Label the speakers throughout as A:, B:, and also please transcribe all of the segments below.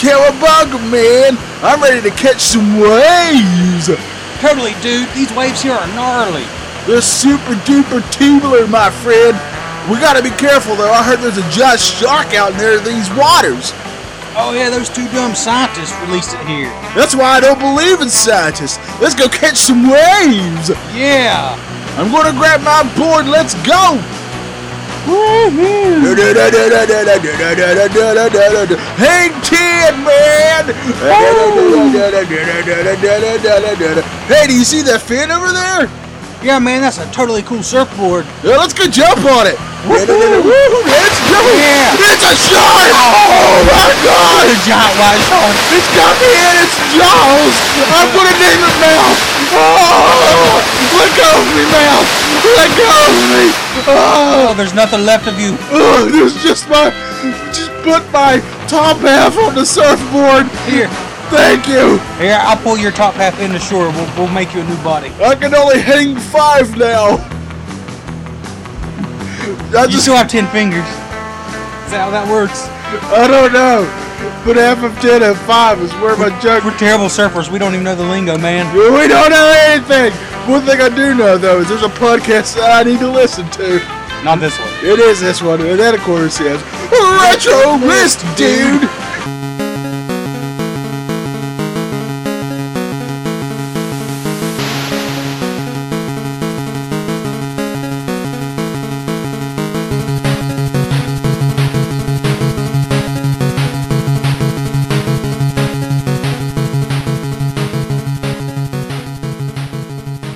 A: Cowabunga, man. I'm ready to catch some waves.
B: Totally, dude. These waves here are gnarly.
A: They're super duper tubular, my friend. We gotta be careful, though. I heard there's a giant shark out near these waters.
B: Oh, yeah, those two dumb scientists released it here.
A: That's why I don't believe in scientists. Let's go catch some waves.
B: Yeah.
A: I'm gonna grab my board. Let's go.
B: Woohoo.
A: Hang ten, man. Hey, do you see that fin over there?
B: Yeah, man, that's a totally cool surfboard.
A: Yeah, let's go jump on it. Let's go.
B: Yeah.
A: It's a shark! Oh my god!
B: The giant white shark.
A: It's got me in its jaws! I'm gonna name it Mouth! Oh! Let go of me, Mouth! Let go of me! Oh!
B: Oh, there's nothing left of you.
A: oh there's just my... Just put my top half on the surfboard!
B: Here,
A: Thank you!
B: here, I'll pull your top half into shore. We'll, we'll make you a new body.
A: I can only hang five now! I
B: You
A: just...
B: still have ten fingers. Is that how that works?
A: I don't know! But half of ten and five is where my junk...
B: We're terrible surfers. We don't even know the lingo, man.
A: We don't know anything! One thing I do know, though, is there's a podcast that I need to listen to.
B: Not this one.
A: It is this one, and that of course is Retro List, dude.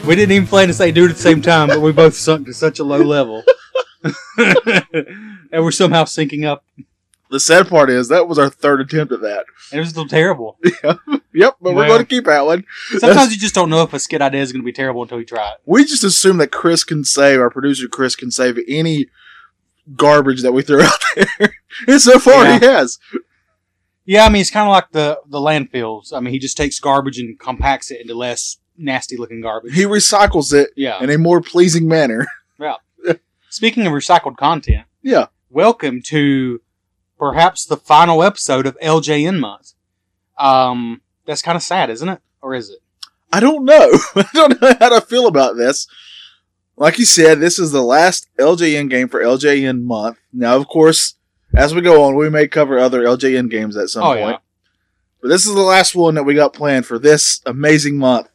B: We didn't even plan to say dude at the same time, but we both sunk to such a low level. and we're somehow syncing up.
A: The sad part is that was our third attempt at that.
B: And it was still terrible.
A: Yep, but we're
B: Well.
A: going to keep that one.
B: Sometimes you just don't know if a skit idea is going to be terrible until you try it.
A: We just assume that Chris can save our producer. Chris can save any garbage that we throw out there, and so far he has.
B: Yeah, I mean, it's kind of like the, the landfills. I mean, he just takes garbage and compacts it into less nasty looking garbage.
A: He recycles it
B: Yeah.
A: in a more pleasing manner.
B: Speaking of recycled content,
A: Yeah.
B: welcome to perhaps the final episode of LJN Month. Um, that's kind of sad, isn't it? Or is it?
A: I don't know. I don't know how to feel about this. Like you said, this is the last LJN game for LJN month. Now, of course, as we go on, we may cover other LJN games at some
B: Oh,
A: point.
B: yeah.
A: But this is the last one that we got planned for this amazing month.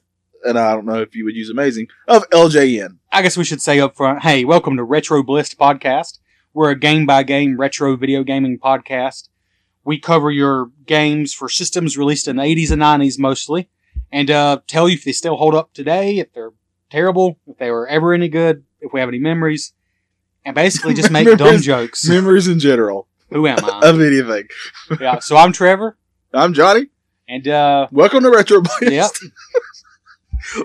A: And I don't know if you would use amazing of LJN.
B: I guess we should say up front, hey, welcome to Retro Blist Podcast. We're a game by game retro video gaming podcast. We cover your games for systems released in the 80s and 90s mostly, and uh, tell you if they still hold up today, if they're terrible, if they were ever any good, if we have any memories, and basically just make dumb
A: Memories.
B: jokes.
A: Memories in general
B: Who am I?
A: of anything.
B: yeah, so I'm Trevor,
A: I'm Johnny.
B: and uh,
A: Welcome to Retro Blast.
B: Yep.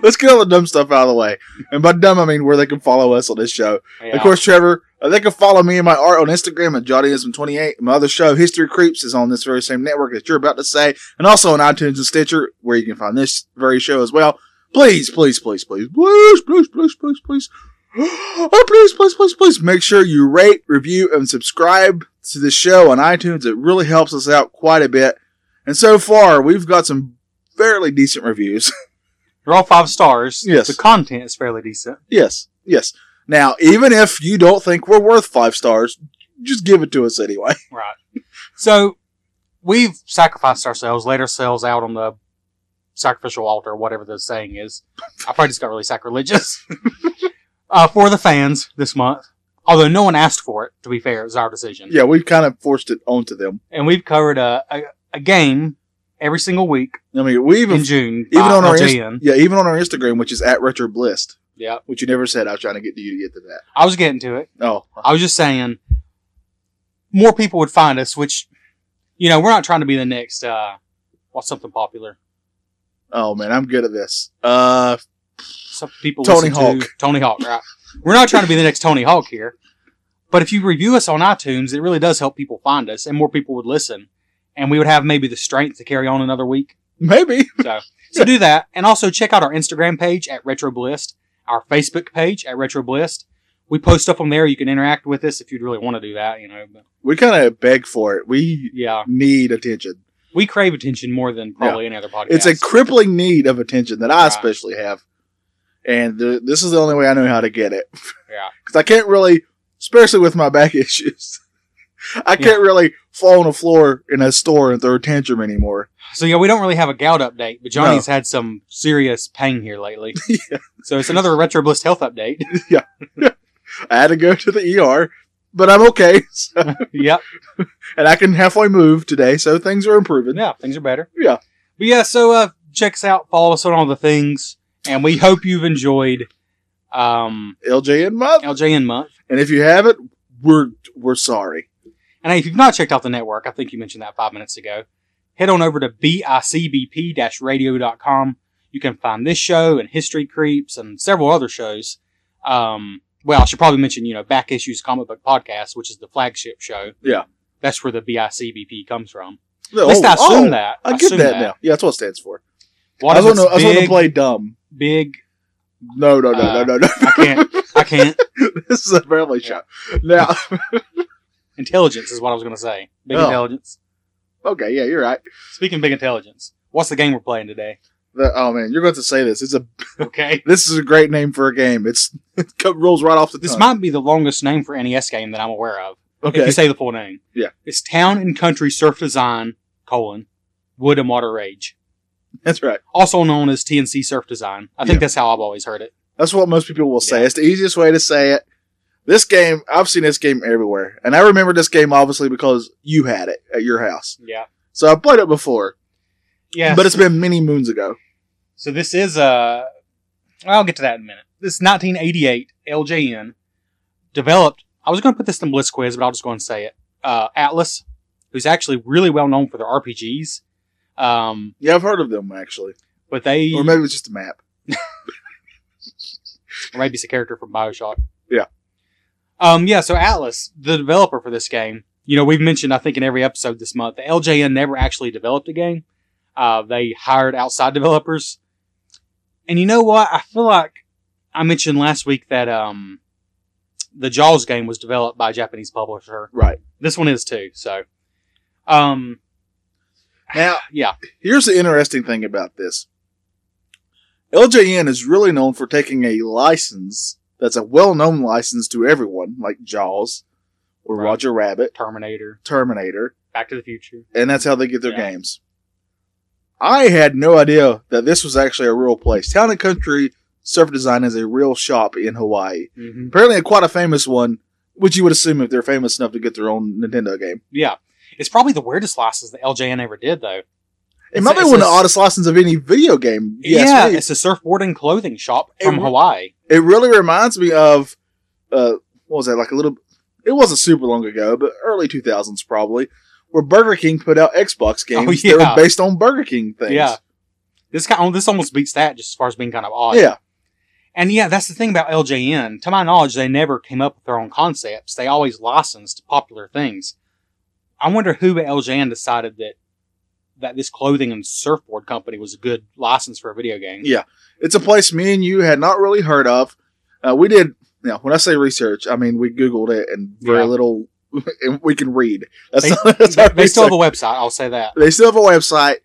A: Let's get all the dumb stuff out of the way. And by dumb, I mean where they can follow us on this show.
B: yeah.
A: Of course, Trevor, uh, they can follow me and my art on Instagram at Johnnyism28. My other show, History Creeps, is on this very same network that you're about to say, and also on iTunes and Stitcher, where you can find this very show as well. Please, please, please, please, please, please, please, please, please. Oh, please, please, please, please make sure you rate, review, and subscribe to the show on iTunes. It really helps us out quite a bit. And so far, we've got some fairly decent reviews.
B: they're all five stars.
A: Yes.
B: The content is fairly decent.
A: Yes, yes. Now, even if you don't think we're worth five stars, just give it to us anyway.
B: Right. So we've sacrificed ourselves, laid ourselves out on the sacrificial altar, whatever the saying is. I probably just got really sacrilegious uh, for the fans this month. Although no one asked for it, to be fair, it was our decision.
A: Yeah, we've kind of forced it onto them.
B: And we've covered a, a, a game every single week
A: I mean, we even
B: in June.
A: even on our
B: LJN.
A: yeah, even on our Instagram, which is at Retro Blist,
B: Yeah,
A: which you never said. I was trying to get to you to get to that.
B: I was getting to it.
A: Oh,
B: I was just saying, more people would find us, which you know we're not trying to be the next uh, what's something popular.
A: oh man, I'm good at this. Uh,
B: some people
A: Tony
B: listen to
A: Hawk.
B: Tony Hawk, right? We're not trying to be the next Tony Hawk here, but if you review us on iTunes, it really does help people find us, and more people would listen, and we would have maybe the strength to carry on another week.
A: maybe
B: So, so do that, and also check out our Instagram page at RetroBlist, our Facebook page at RetroBlist. We post stuff on there. You can interact with us if you'd really want to do that, you know. But
A: we kind of beg for it. We
B: yeah,
A: need attention.
B: We crave attention more than probably any other podcast.
A: It's a crippling need of attention that I
B: Right.
A: especially have, and th- this is the only way I know how to get it.
B: Yeah.
A: because I can't really, especially with my back issues, I can't really fall on the floor in a store and throw a tantrum anymore.
B: so yeah, we don't really have a gout update, but Johnny's had some serious pain here lately. So it's another retro bliss health update.
A: I had to go to the ER, but I'm okay, so-
B: yep.
A: and I can halfway move today, so things are improving.
B: Yeah, things are better.
A: Yeah.
B: But yeah, so uh check us out, follow us on all the things, and we hope you've enjoyed um
A: LJ and month,
B: LJN month.
A: and if you haven't, we're we're sorry.
B: And hey, if you've not checked out the network, I think you mentioned that five minutes ago, head on over to bicbp radio.com. You can find this show and History Creeps and several other shows. Um, well, I should probably mention, you know, Back Issues Comic Book Podcast, which is the flagship show.
A: Yeah.
B: That's where the BICBP comes from.
A: No,
B: At least I
A: oh,
B: assume
A: oh,
B: that.
A: I get
B: assume
A: that, now. Yeah, that's what it stands for.
B: What
A: I
B: if
A: was
B: it's
A: going to
B: big,
A: play dumb.
B: big?
A: No, no, no,
B: Uh,
A: no, no, no.
B: I can't. I can't.
A: this is a family show. Now,
B: Intelligence is what I was going to say. Big
A: Oh.
B: intelligence.
A: okay, yeah, you're right.
B: Speaking of big intelligence, what's the game we're playing today?
A: The, oh man, you're going to say this. It's a
B: Okay.
A: this is a great name for a game. It's it co- rolls right off the
B: This
A: tongue.
B: might be the longest name for NES game that I'm aware of. If
A: okay.
B: you say the full name.
A: Yeah.
B: It's Town and Country Surf Design, colon, Wood and Water Rage.
A: That's right.
B: Also known as TNC Surf Design. I think
A: Yeah.
B: that's how I've always heard it.
A: That's what most people will say.
B: Yeah.
A: It's the easiest way to say it. This game, I've seen this game everywhere, and I remember this game obviously because you had it at your house.
B: Yeah.
A: So I played it before,
B: Yeah.
A: but it's been many moons ago.
B: so this is uh I'll get to that in a minute. This is 1988 LJN developed I was gonna put this in Blitz quiz, but I'll just go and say it. Uh, Atlas, who's actually really well known for their RPGs. Um,
A: Yeah, I've heard of them actually,
B: but they
A: or maybe it's just a map.
B: or maybe it's a character from Bioshock.
A: Yeah.
B: Um, yeah, so Atlas, the developer for this game, you know, we've mentioned, I think, in every episode this month, the LJN never actually developed a game. Uh, they hired outside developers. And you know what? I feel like I mentioned last week that um, the Jaws game was developed by a Japanese publisher.
A: Right
B: This one is too, so. Um,
A: now,
B: yeah.
A: here's the interesting thing about this. LJN is really known for taking a license that's a well-known license to everyone, like Jaws or
B: Right.
A: Roger Rabbit,
B: Terminator,
A: Terminator,
B: Back to the Future.
A: and that's how they get their
B: Yeah.
A: games. I had no idea that this was actually a real place. Town and Country Surf Design is a real shop in Hawaii.
B: Mm-hmm.
A: Apparently, quite a famous one, which you would assume if they're famous enough to get their own Nintendo game.
B: Yeah. It's probably the weirdest license that LJN ever did, though.
A: It
B: It's-
A: might be
B: it's
A: one of
B: a-
A: the oddest licenses of any video game. Yes,
B: yeah,
A: me.
B: it's a surfboarding clothing shop from
A: It re-
B: Hawaii.
A: it really reminds me of uh, what was that like a little it wasn't super long ago but early 2000s probably where burger king put out xbox games that
B: Oh, yeah.
A: were based on burger king things
B: Yeah. This kind this almost beats that just as far as being kind of odd.
A: yeah
B: And yeah, that's the thing about LJN. To my knowledge, they never came up with their own concepts. They always licensed popular things. I wonder who at LJN decided that that this clothing and surfboard company was a good license for a video game.
A: Yeah. it's a place me and you had not really heard of uh, we did now when i say research i mean we googled it and very
B: Yeah.
A: little and we can read that's
B: They-
A: not, that's
B: They,
A: our
B: they still
A: research.
B: have a website, I'll say that.
A: they still have a website.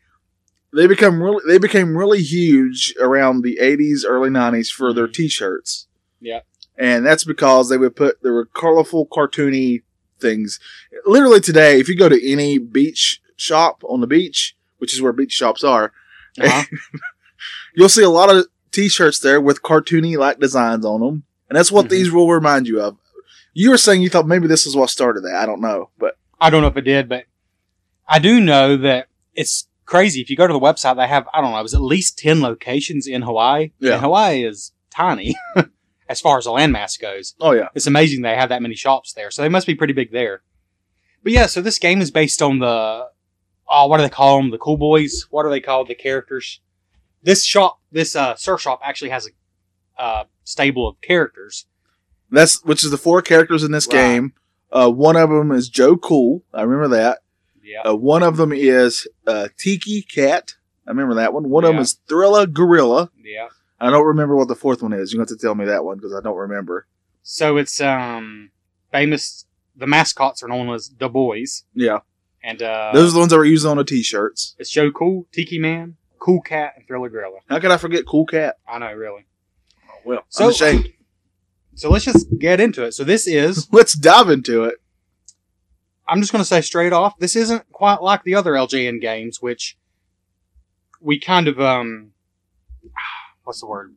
A: They become really they became really huge around the eighties, early nineties for their
B: Mhm.
A: t-shirts.
B: Yep.
A: And that's because they would put there were colorful, cartoony things. Literally today, if you go to any beach shop on the beach, which is where beach shops are,
B: Uh-huh.
A: you'll see a lot of t-shirts there with cartoony like designs on them, and that's what
B: Mhm.
A: these will remind you of. You were saying you thought maybe this is what started that. I don't know, but
B: I don't know if it did, but I do know that it's crazy. If you go to the website, they have, I don't know, it was at least 10 locations in Hawaii.
A: Yeah.
B: And Hawaii is tiny as far as the landmass goes.
A: oh yeah,
B: It's amazing they have that many shops there. So they must be pretty big there. But yeah, so this game is based on the, oh, what do they call them? The cool boys? What are they called? The characters? This shop, this uh, surf shop actually has a uh, stable of characters.
A: That's which is the four characters in this
B: Right.
A: game. Uh, one of them is Joe Cool. I remember that.
B: Yeah.
A: Uh, one of them is uh, Tiki Cat. I remember that one. One of them
B: Yeah.
A: is Thrilla Gorilla.
B: Yeah.
A: I don't remember what the fourth one is. You have to tell me that one because I don't remember.
B: So it's um famous. The mascots are known as the boys.
A: Yeah,
B: And uh,
A: Those are the ones that were used on the t-shirts.
B: it's Joe Cool, Tiki Man, Cool Cat, and Thriller Gorilla.
A: How could I forget Cool Cat?
B: I know, really.
A: Oh, well,
B: So-
A: I'm ashamed.
B: So let's just get into it. So this is,
A: Let's dive into it.
B: I'm just going to say straight off, this isn't quite like the other LJN games, which we kind of, um, what's the word?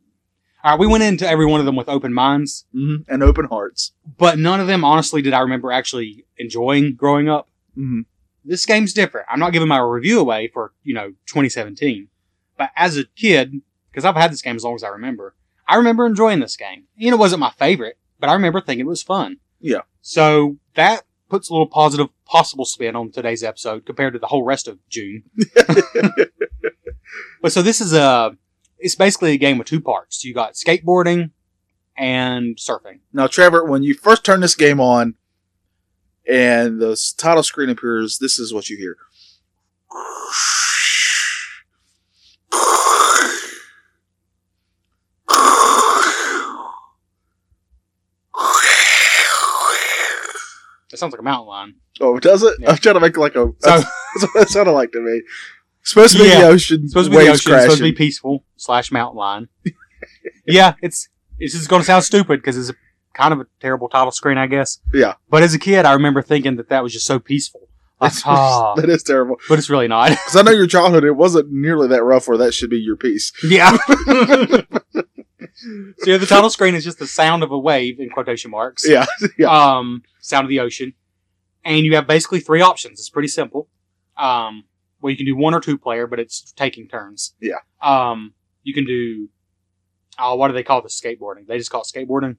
B: All right, we went into every one of them with open minds.
A: hmm And open hearts.
B: but none of them honestly did I remember actually enjoying growing up.
A: hmm
B: This game's different. I'm not giving my review away for, you know, 2017. But as a kid, because I've had this game as long as I remember, I remember enjoying this game. You know, it wasn't my favorite, but I remember thinking it was fun.
A: Yeah.
B: So that puts a little positive possible spin on today's episode compared to the whole rest of June. but so this is a, it's basically a game with two parts. You got skateboarding and surfing.
A: Now, Trevor, when you first turn this game on and the s- title screen appears, this is what you hear.
B: That sounds like a mountain lion.
A: Oh, does it?
B: Yeah.
A: I'm trying to make like a.
B: So
A: That's what it sounded like to me. Supposed to be the
B: Yeah.
A: ocean.
B: supposed to be the
A: waves
B: ocean, it's supposed to be
A: crashing.
B: peaceful slash mountain lion. yeah, it's it's just going to sound stupid because it's a, kind of a terrible title screen, I guess.
A: Yeah.
B: But as a kid, I remember thinking that that was just so peaceful. Like,
A: That's-
B: ah,
A: that is terrible.
B: but it's really not.
A: Because I know your childhood, it wasn't nearly that rough where that should be your piece.
B: yeah. so yeah, the title screen is just the sound of a wave in quotation marks.
A: Yeah, yeah.
B: Um, sound of the ocean, and you have basically three options. It's pretty simple. Um, well, you can do one or two player, but it's taking turns.
A: Yeah.
B: Um, you can do. Oh, what do they call this skateboarding? They just call it skateboarding.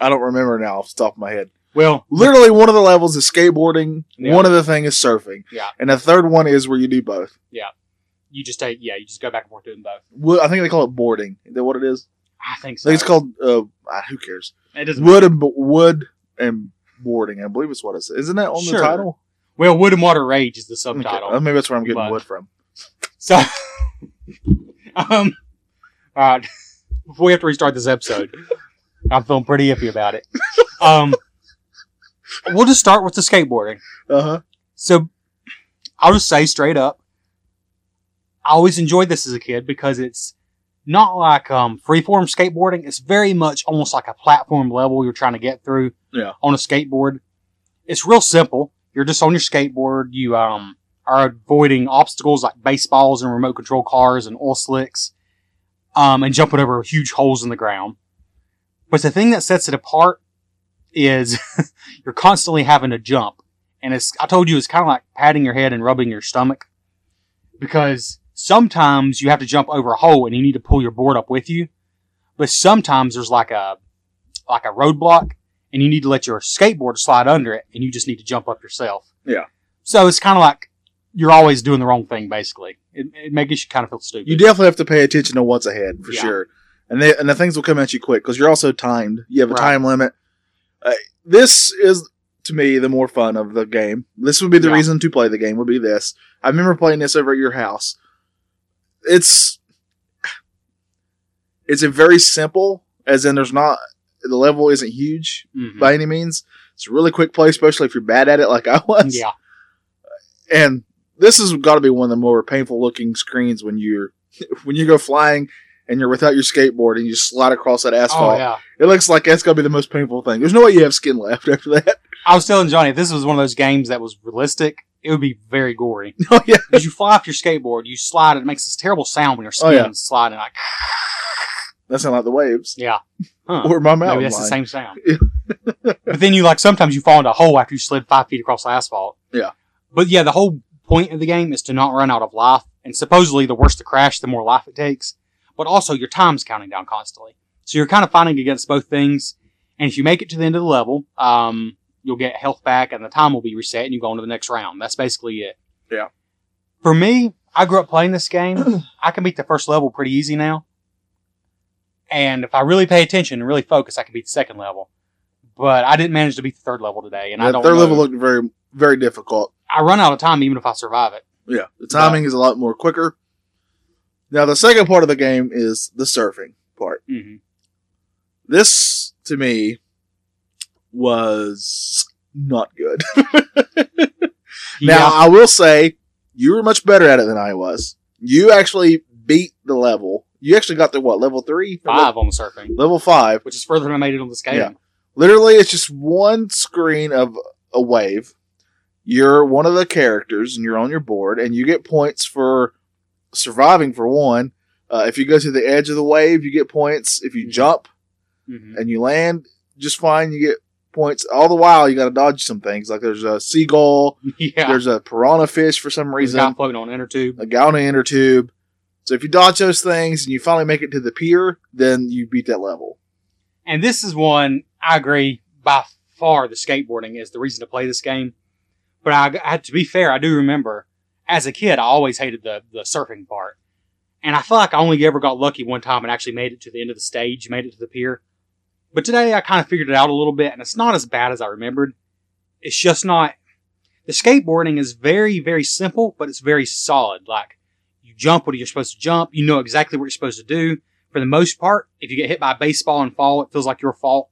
A: I don't remember now off the top of my head.
B: Well,
A: Literally, one of the levels is skateboarding.
B: Yeah.
A: One of the thing is surfing.
B: Yeah.
A: And the third one is where you do both.
B: you just take yeah, you just go back and forth doing both.
A: Wo- I think they call it boarding. Is that what it is?
B: I think
A: I
B: so.
A: think it's called. Uh, ah, who cares?
B: It doesn't.
A: Wood and bo- wood and boarding. I believe it's what it's. Isn't that on
B: Sure.
A: the title?
B: Well, wood and water rage is the
A: Okay.
B: subtitle.
A: Uh, Maybe that's where I'm getting
B: But-
A: wood from.
B: So, um, all right. Before we have to restart this episode, I'm feeling pretty iffy about it. Um, we'll just start with the skateboarding.
A: Uh huh.
B: So, I'll just say straight up, I always enjoyed this as a kid because it's not like um, freeform skateboarding. It's very much almost like a platform level you're trying to get through
A: Yeah.
B: on a skateboard. It's real simple. You're just on your skateboard. You um, are avoiding obstacles like baseballs and remote control cars and oil slicks um, and jumping over huge holes in the ground. But the thing that sets it apart is you're constantly having to jump. And it's, I told you, it's kind of like patting your head and rubbing your stomach because sometimes you have to jump over a hole and you need to pull your board up with you. But sometimes there's like a, like a roadblock and you need to let your skateboard slide under it and you just need to jump up yourself.
A: Yeah.
B: So it's kind of like you're always doing the wrong thing, basically. It, it makes you kind of feel stupid.
A: You definitely have to pay attention to what's ahead for
B: Yeah.
A: sure, and they, and the things will come at you quick because you're also timed. You have a
B: Right.
A: time limit. Uh, this is to me the more fun of the game. This would be the
B: Yeah.
A: reason to play the game. Would be this. I remember playing this over at your house. It's it's a very simple, as in there's not the level isn't huge
B: Mhm.
A: by any means. It's a really quick play, especially if you're bad at it like I was.
B: Yeah.
A: and this has got to be one of the more painful looking screens when you're when you go flying and you're without your skateboard and you slide across that asphalt.
B: Oh yeah.
A: It looks like that's gonna be the most painful thing. There's no way you have skin left after that.
B: I was telling Johnny, if this was one of those games that was realistic, it would be very gory.
A: oh yeah,
B: Because you fly off your skateboard, you slide, it makes this terrible sound when your
A: Oh,
B: skin
A: yeah.
B: is sliding. Like,
A: that sounds like the waves
B: yeah. Huh.
A: or my
B: Maybe
A: mountain
B: that's
A: lion.
B: the same sound. but then you like sometimes you fall into a hole after you slid five feet across the asphalt.
A: Yeah.
B: But yeah, the whole point of the game is to not run out of life. And supposedly, the worse the crash, the more life it takes. But also, your time's counting down constantly. So you're kind of fighting against both things. And if you make it to the end of the level, um, you'll get health back and the time will be reset and you go on to the next round. That's basically it.
A: Yeah.
B: For me, I grew up playing this game. I can beat the first level pretty easy now. And if I really pay attention and really focus, I can beat the second level. But I didn't manage to beat the third level today, and I
A: Yeah,
B: don't.
A: their
B: know-
A: level looked very very difficult.
B: I run out of time even if I survive it.
A: Yeah, the timing is a lot more quicker. Now the second part of the game is the surfing part.
B: Mm-hmm.
A: This to me was not good. Now I will say you were much better at it than I was. You actually beat the level. You actually got to what level three? Or
B: five on the surfing,
A: le- Level five.
B: which is further than I made it on the scale.
A: Yeah. Literally, it's just one screen of a wave. You're one of the characters, and you're on your board, and you get points for surviving for one. Uh, if you go to the edge of the wave, you get points. If you
B: Mhm.
A: jump
B: Mhm.
A: and you land just fine, you get points. All the while, you got to dodge some things. Like there's a seagull,
B: yeah.
A: there's a piranha fish for some
B: There's a
A: reason
B: guy floating on an inner tube.
A: a gown and inner tube. So if you dodge those things and you finally make it to the pier, then you beat that level.
B: And this is one I agree by far the skateboarding is the reason to play this game. But I, I to be fair, I do remember as a kid I always hated the the surfing part, and I feel like I only ever got lucky one time and actually made it to the end of the stage, made it to the pier. But today I kind of figured it out a little bit, and it's not as bad as I remembered. It's just not. The skateboarding is very, very simple, but it's very solid. Like, you jump what you're supposed to jump, you know exactly what you're supposed to do, for the most part, if you get hit by a baseball and fall, it feels like your fault.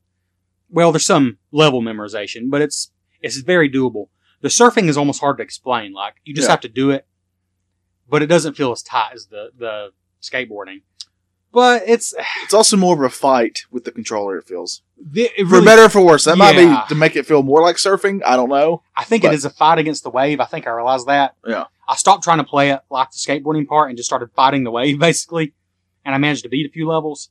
B: Well, there's some level memorization, but it's it's very doable. The surfing is almost hard to explain. Like you just
A: Yeah.
B: have to do it, but it doesn't feel as tight as the the skateboarding. But it's
A: It's also more of a fight with the controller, it feels.
B: it really,
A: for better or for worse. That
B: Yeah.
A: might be to make it feel more like surfing. I don't know.
B: I think
A: but-
B: it is a fight against the wave. I think I realized that.
A: Yeah.
B: I stopped trying to play it like the skateboarding part and just started fighting the wave basically, and I managed to beat a few levels.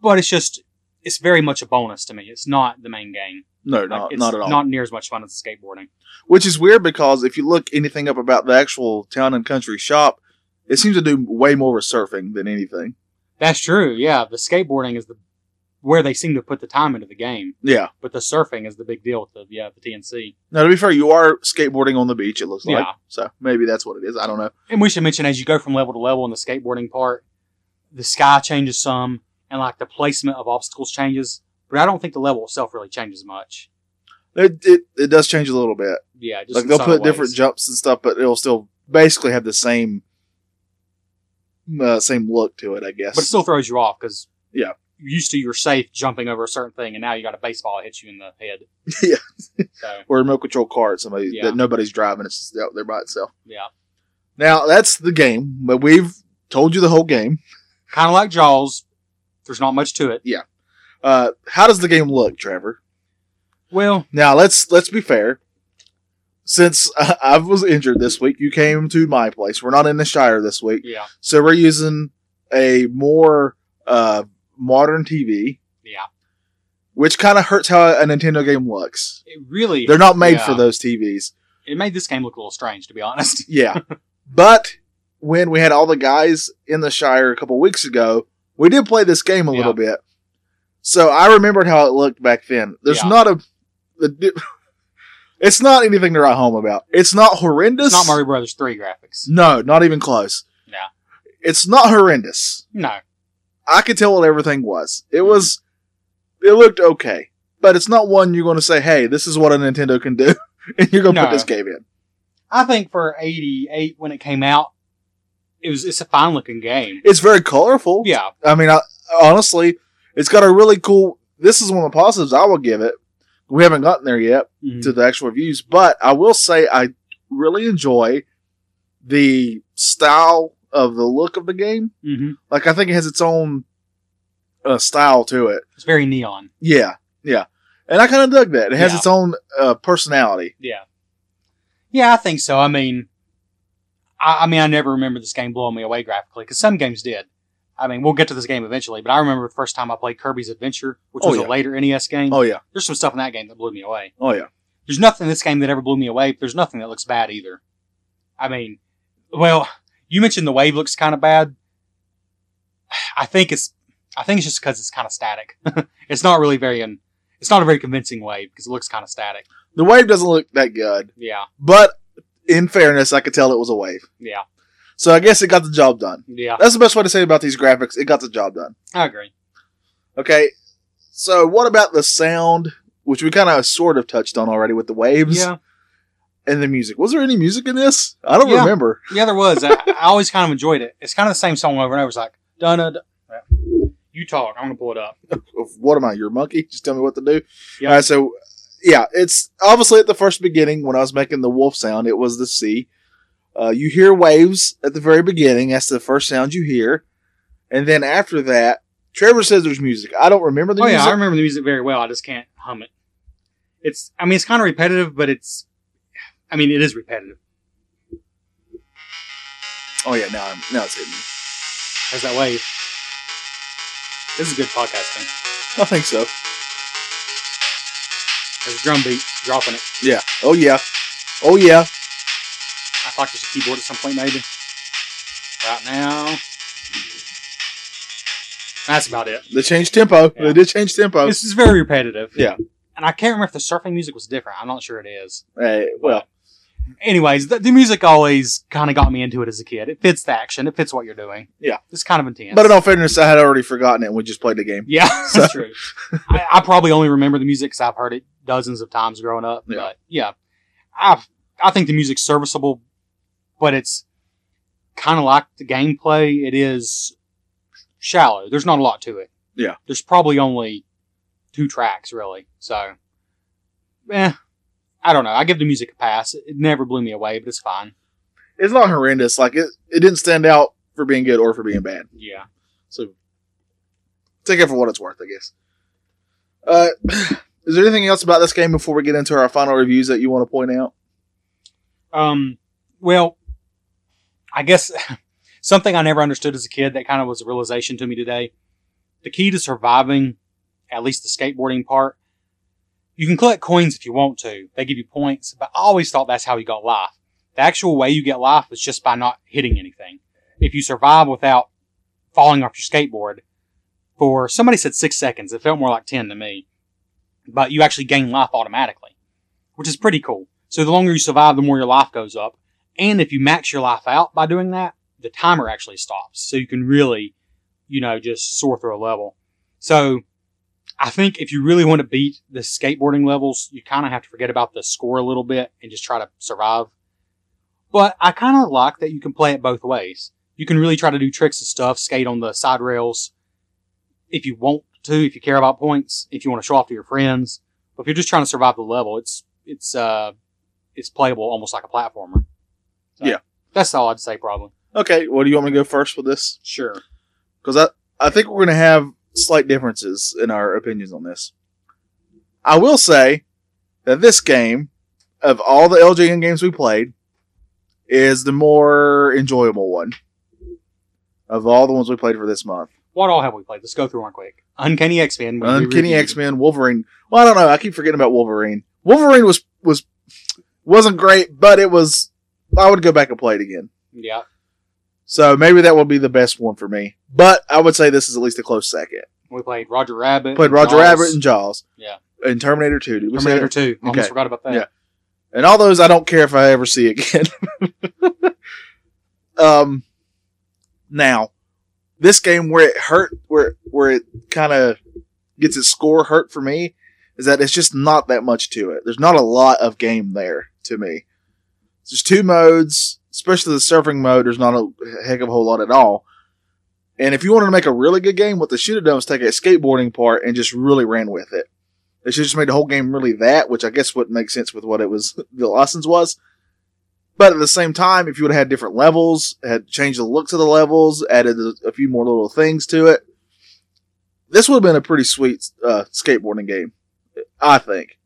B: But it's just it's very much a bonus to me. It's not the main game.
A: No,
B: Like,
A: not,
B: it's
A: not at all.
B: Not near as much fun as skateboarding.
A: Which is weird because if you look anything up about the actual town and country shop, it seems to do way more with surfing than anything.
B: That's true. Yeah, the skateboarding is the where they seem to put the time into the game,
A: Yeah.
B: but the surfing is the big deal with the yeah the TNC.
A: Now, to be fair, you are skateboarding on the beach, it looks like.
B: Yeah.
A: So maybe that's what it is. I don't know.
B: And we should mention as you go from level to level in the skateboarding part, the sky changes some, and like the placement of obstacles changes. But I don't think the level itself really changes much.
A: It, it, it does change a little bit.
B: Yeah, just
A: like
B: in
A: they'll
B: subtle
A: put different
B: ways.
A: jumps and stuff, but it'll still basically have the same uh, same look to it, I guess.
B: but it still throws you off because
A: Yeah.
B: used to you're safe jumping over a certain thing, and now you got a baseball that hits you in the head.
A: Yeah.
B: So
A: or a remote control car, somebody
B: Yeah.
A: that nobody's driving; it's just out there by itself.
B: yeah,
A: Now that's the game, but we've told you the whole game.
B: kind of like Jaws. There's not much to it.
A: Uh, how does the game look, Trevor?
B: Well,
A: Now let's let's be fair. Since I, I was injured this week, you came to my place. We're not in the Shire this week,
B: yeah,
A: so we're using a more uh, modern TV,
B: yeah.
A: which kind of hurts how a Nintendo game looks.
B: It really
A: They're not made
B: Yeah.
A: for those TVs.
B: it made this game look a little strange, to be honest.
A: Yeah. but when we had all the guys in the Shire a couple weeks ago, we did play this game a
B: Yeah.
A: little bit. So I remembered how it looked back then. There's
B: Yeah.
A: not a. The, di- it's not anything to write home about. It's not horrendous.
B: It's not Mario Brothers three graphics.
A: No, not even close.
B: No.
A: It's not horrendous.
B: No,
A: I could tell what everything was. It
B: Mhm.
A: was. It looked okay. But it's not one you're going to say, hey, this is what a Nintendo can do. And you're going to
B: No.
A: put this game in.
B: I think for eighty eight when it came out, it was it's a fine looking game.
A: It's very colorful.
B: Yeah,
A: I mean, I, honestly, it's got a really cool. This is one of the positives I will give it. We haven't gotten there yet
B: Mm-hmm.
A: to the actual reviews, but I will say I really enjoy the style of the look of the game.
B: hmm
A: Like, I think it has its own uh, style to it.
B: it's very neon.
A: Yeah, yeah. And I kind of dug that. It has
B: Yeah.
A: its own uh, personality.
B: Yeah, yeah, I think so. I mean, I, I mean, I never remember this game blowing me away graphically because some games did. I mean, we'll get to this game eventually, but I remember the first time I played Kirby's Adventure, which
A: Oh,
B: was
A: yeah.
B: a later NES game.
A: Oh, yeah.
B: There's some stuff in that game that blew me away.
A: Oh, yeah.
B: there's nothing in this game that ever blew me away, but there's nothing that looks bad either. I mean, well, you mentioned the wave looks kind of bad. I think it's, I think it's just because it's kind of static. it's not really very, un, it's not a very convincing wave because it looks kind of static.
A: The wave doesn't look that good,
B: Yeah,
A: but in fairness, I could tell it was a wave.
B: yeah,
A: So I guess it got the job done.
B: yeah.
A: That's the best way to say about these graphics. It got the job done.
B: I agree.
A: Okay. So what about the sound, which we kind of sort of touched on already with the waves
B: Yeah,
A: and the music? Was there any music in this? I don't
B: Yeah.
A: remember.
B: yeah. There was. I, I always kind of enjoyed it. It's kind of the same song over and over. It's like dun dun. You talk. I'm gonna pull it up.
A: What am I, your monkey? Just tell me what to do.
B: Yeah.
A: All right. So yeah, it's obviously at the first beginning when I was making the wolf sound, it was the sea. Uh, you hear waves at the very beginning. That's the first sound you hear. And then after that, Trevor says there's music. I don't remember the
B: oh
A: music.
B: yeah, I remember the music very well. I just can't hum it. It's I mean it's kind of repetitive, but it's I mean it is repetitive.
A: oh yeah, now, I'm, now it's hitting me.
B: There's that wave. This is good podcasting.
A: I think so.
B: There's a drum beat dropping it.
A: Yeah. Oh yeah. Oh yeah.
B: I thought there's a keyboard at some point maybe. Right now. That's about it.
A: They changed tempo.
B: Yeah.
A: They did change tempo.
B: This is very repetitive.
A: Yeah.
B: And I can't remember if the surfing music was different. I'm not sure it is.
A: Hey, well,
B: Anyways, the, the music always kind of got me into it as a kid. It fits the action. It fits what you're doing.
A: Yeah.
B: It's kind of intense.
A: but in all fairness, I had already forgotten it. and We just played the game.
B: Yeah,
A: So-
B: that's true. I, I probably only remember the music because I've heard it dozens of times growing up.
A: Yeah.
B: But yeah, I I think the music's serviceable, but it's kind of like the gameplay. It is shallow. There's not a lot to it.
A: Yeah.
B: there's probably only two tracks really. So, eh, I don't know. I give the music a pass. It never blew me away, but it's fine.
A: It's not horrendous. Like it, it didn't stand out for being good or for being bad.
B: Yeah,
A: So take it for what it's worth, I guess. Uh, is there anything else about this game before we get into our final reviews that you want to point out?
B: Um, well, I guess something I never understood as a kid that kind of was a realization to me today. The key to surviving, at least the skateboarding part, you can collect coins if you want to. They give you points, but I always thought that's how you got life. The actual way you get life is just by not hitting anything. If you survive without falling off your skateboard for somebody said six seconds, it felt more like 10 to me, but you actually gain life automatically which is pretty cool. So the longer you survive, the more your life goes up. And if you max your life out by doing that, the timer actually stops. So you can really, you know, just soar through a level. So I think if you really want to beat the skateboarding levels, you kind of have to forget about the score a little bit and just try to survive. But I kind of like that you can play it both ways. You can really try to do tricks and stuff, skate on the side rails if you want to, if you care about points, if you want to show off to your friends. But if you're just trying to survive the level, it's it's uh it's playable almost like a platformer.
A: Yeah.
B: That's all I'd say probably.
A: Okay, well, do you want me to go first with this?
B: Sure.
A: Because I, I think we're going to have slight differences in our opinions on this. I will say that this game, of all the LJN games we played, is the more enjoyable one of all the ones we played for this month.
B: What all have we played? Let's go through one quick. Uncanny X Men.
A: Uncanny X Men, Wolverine. Well, I don't know. I keep forgetting about Wolverine. Wolverine was was wasn't great, but it was. I would go back and play it again.
B: Yeah.
A: So maybe that will be the best one for me. But I would say this is at least a close second.
B: We played Roger Rabbit.
A: Played
B: and
A: Roger
B: Jaws,
A: Rabbit and Jaws.
B: Yeah.
A: And Terminator Two. Did we say
B: Terminator
A: that?
B: Two. Almost
A: Okay.
B: forgot about that.
A: Yeah. And all those I don't care if I ever see again. um, now this game where it hurt, where where it kind of gets its score hurt for me is that it's just not that much to it. There's not a lot of game there to me. There's two modes, especially the surfing mode. There's not a heck of a whole lot at all. And if you wanted to make a really good game, what they should have done was take a skateboarding part and just really ran with it. They should have just made the whole game really that, which I guess wouldn't make sense with what it was the license was. But at the same time, if you would have had different levels, had changed the looks of the levels, added a, a few more little things to it, this would have been a pretty sweet uh, skateboarding game, I think.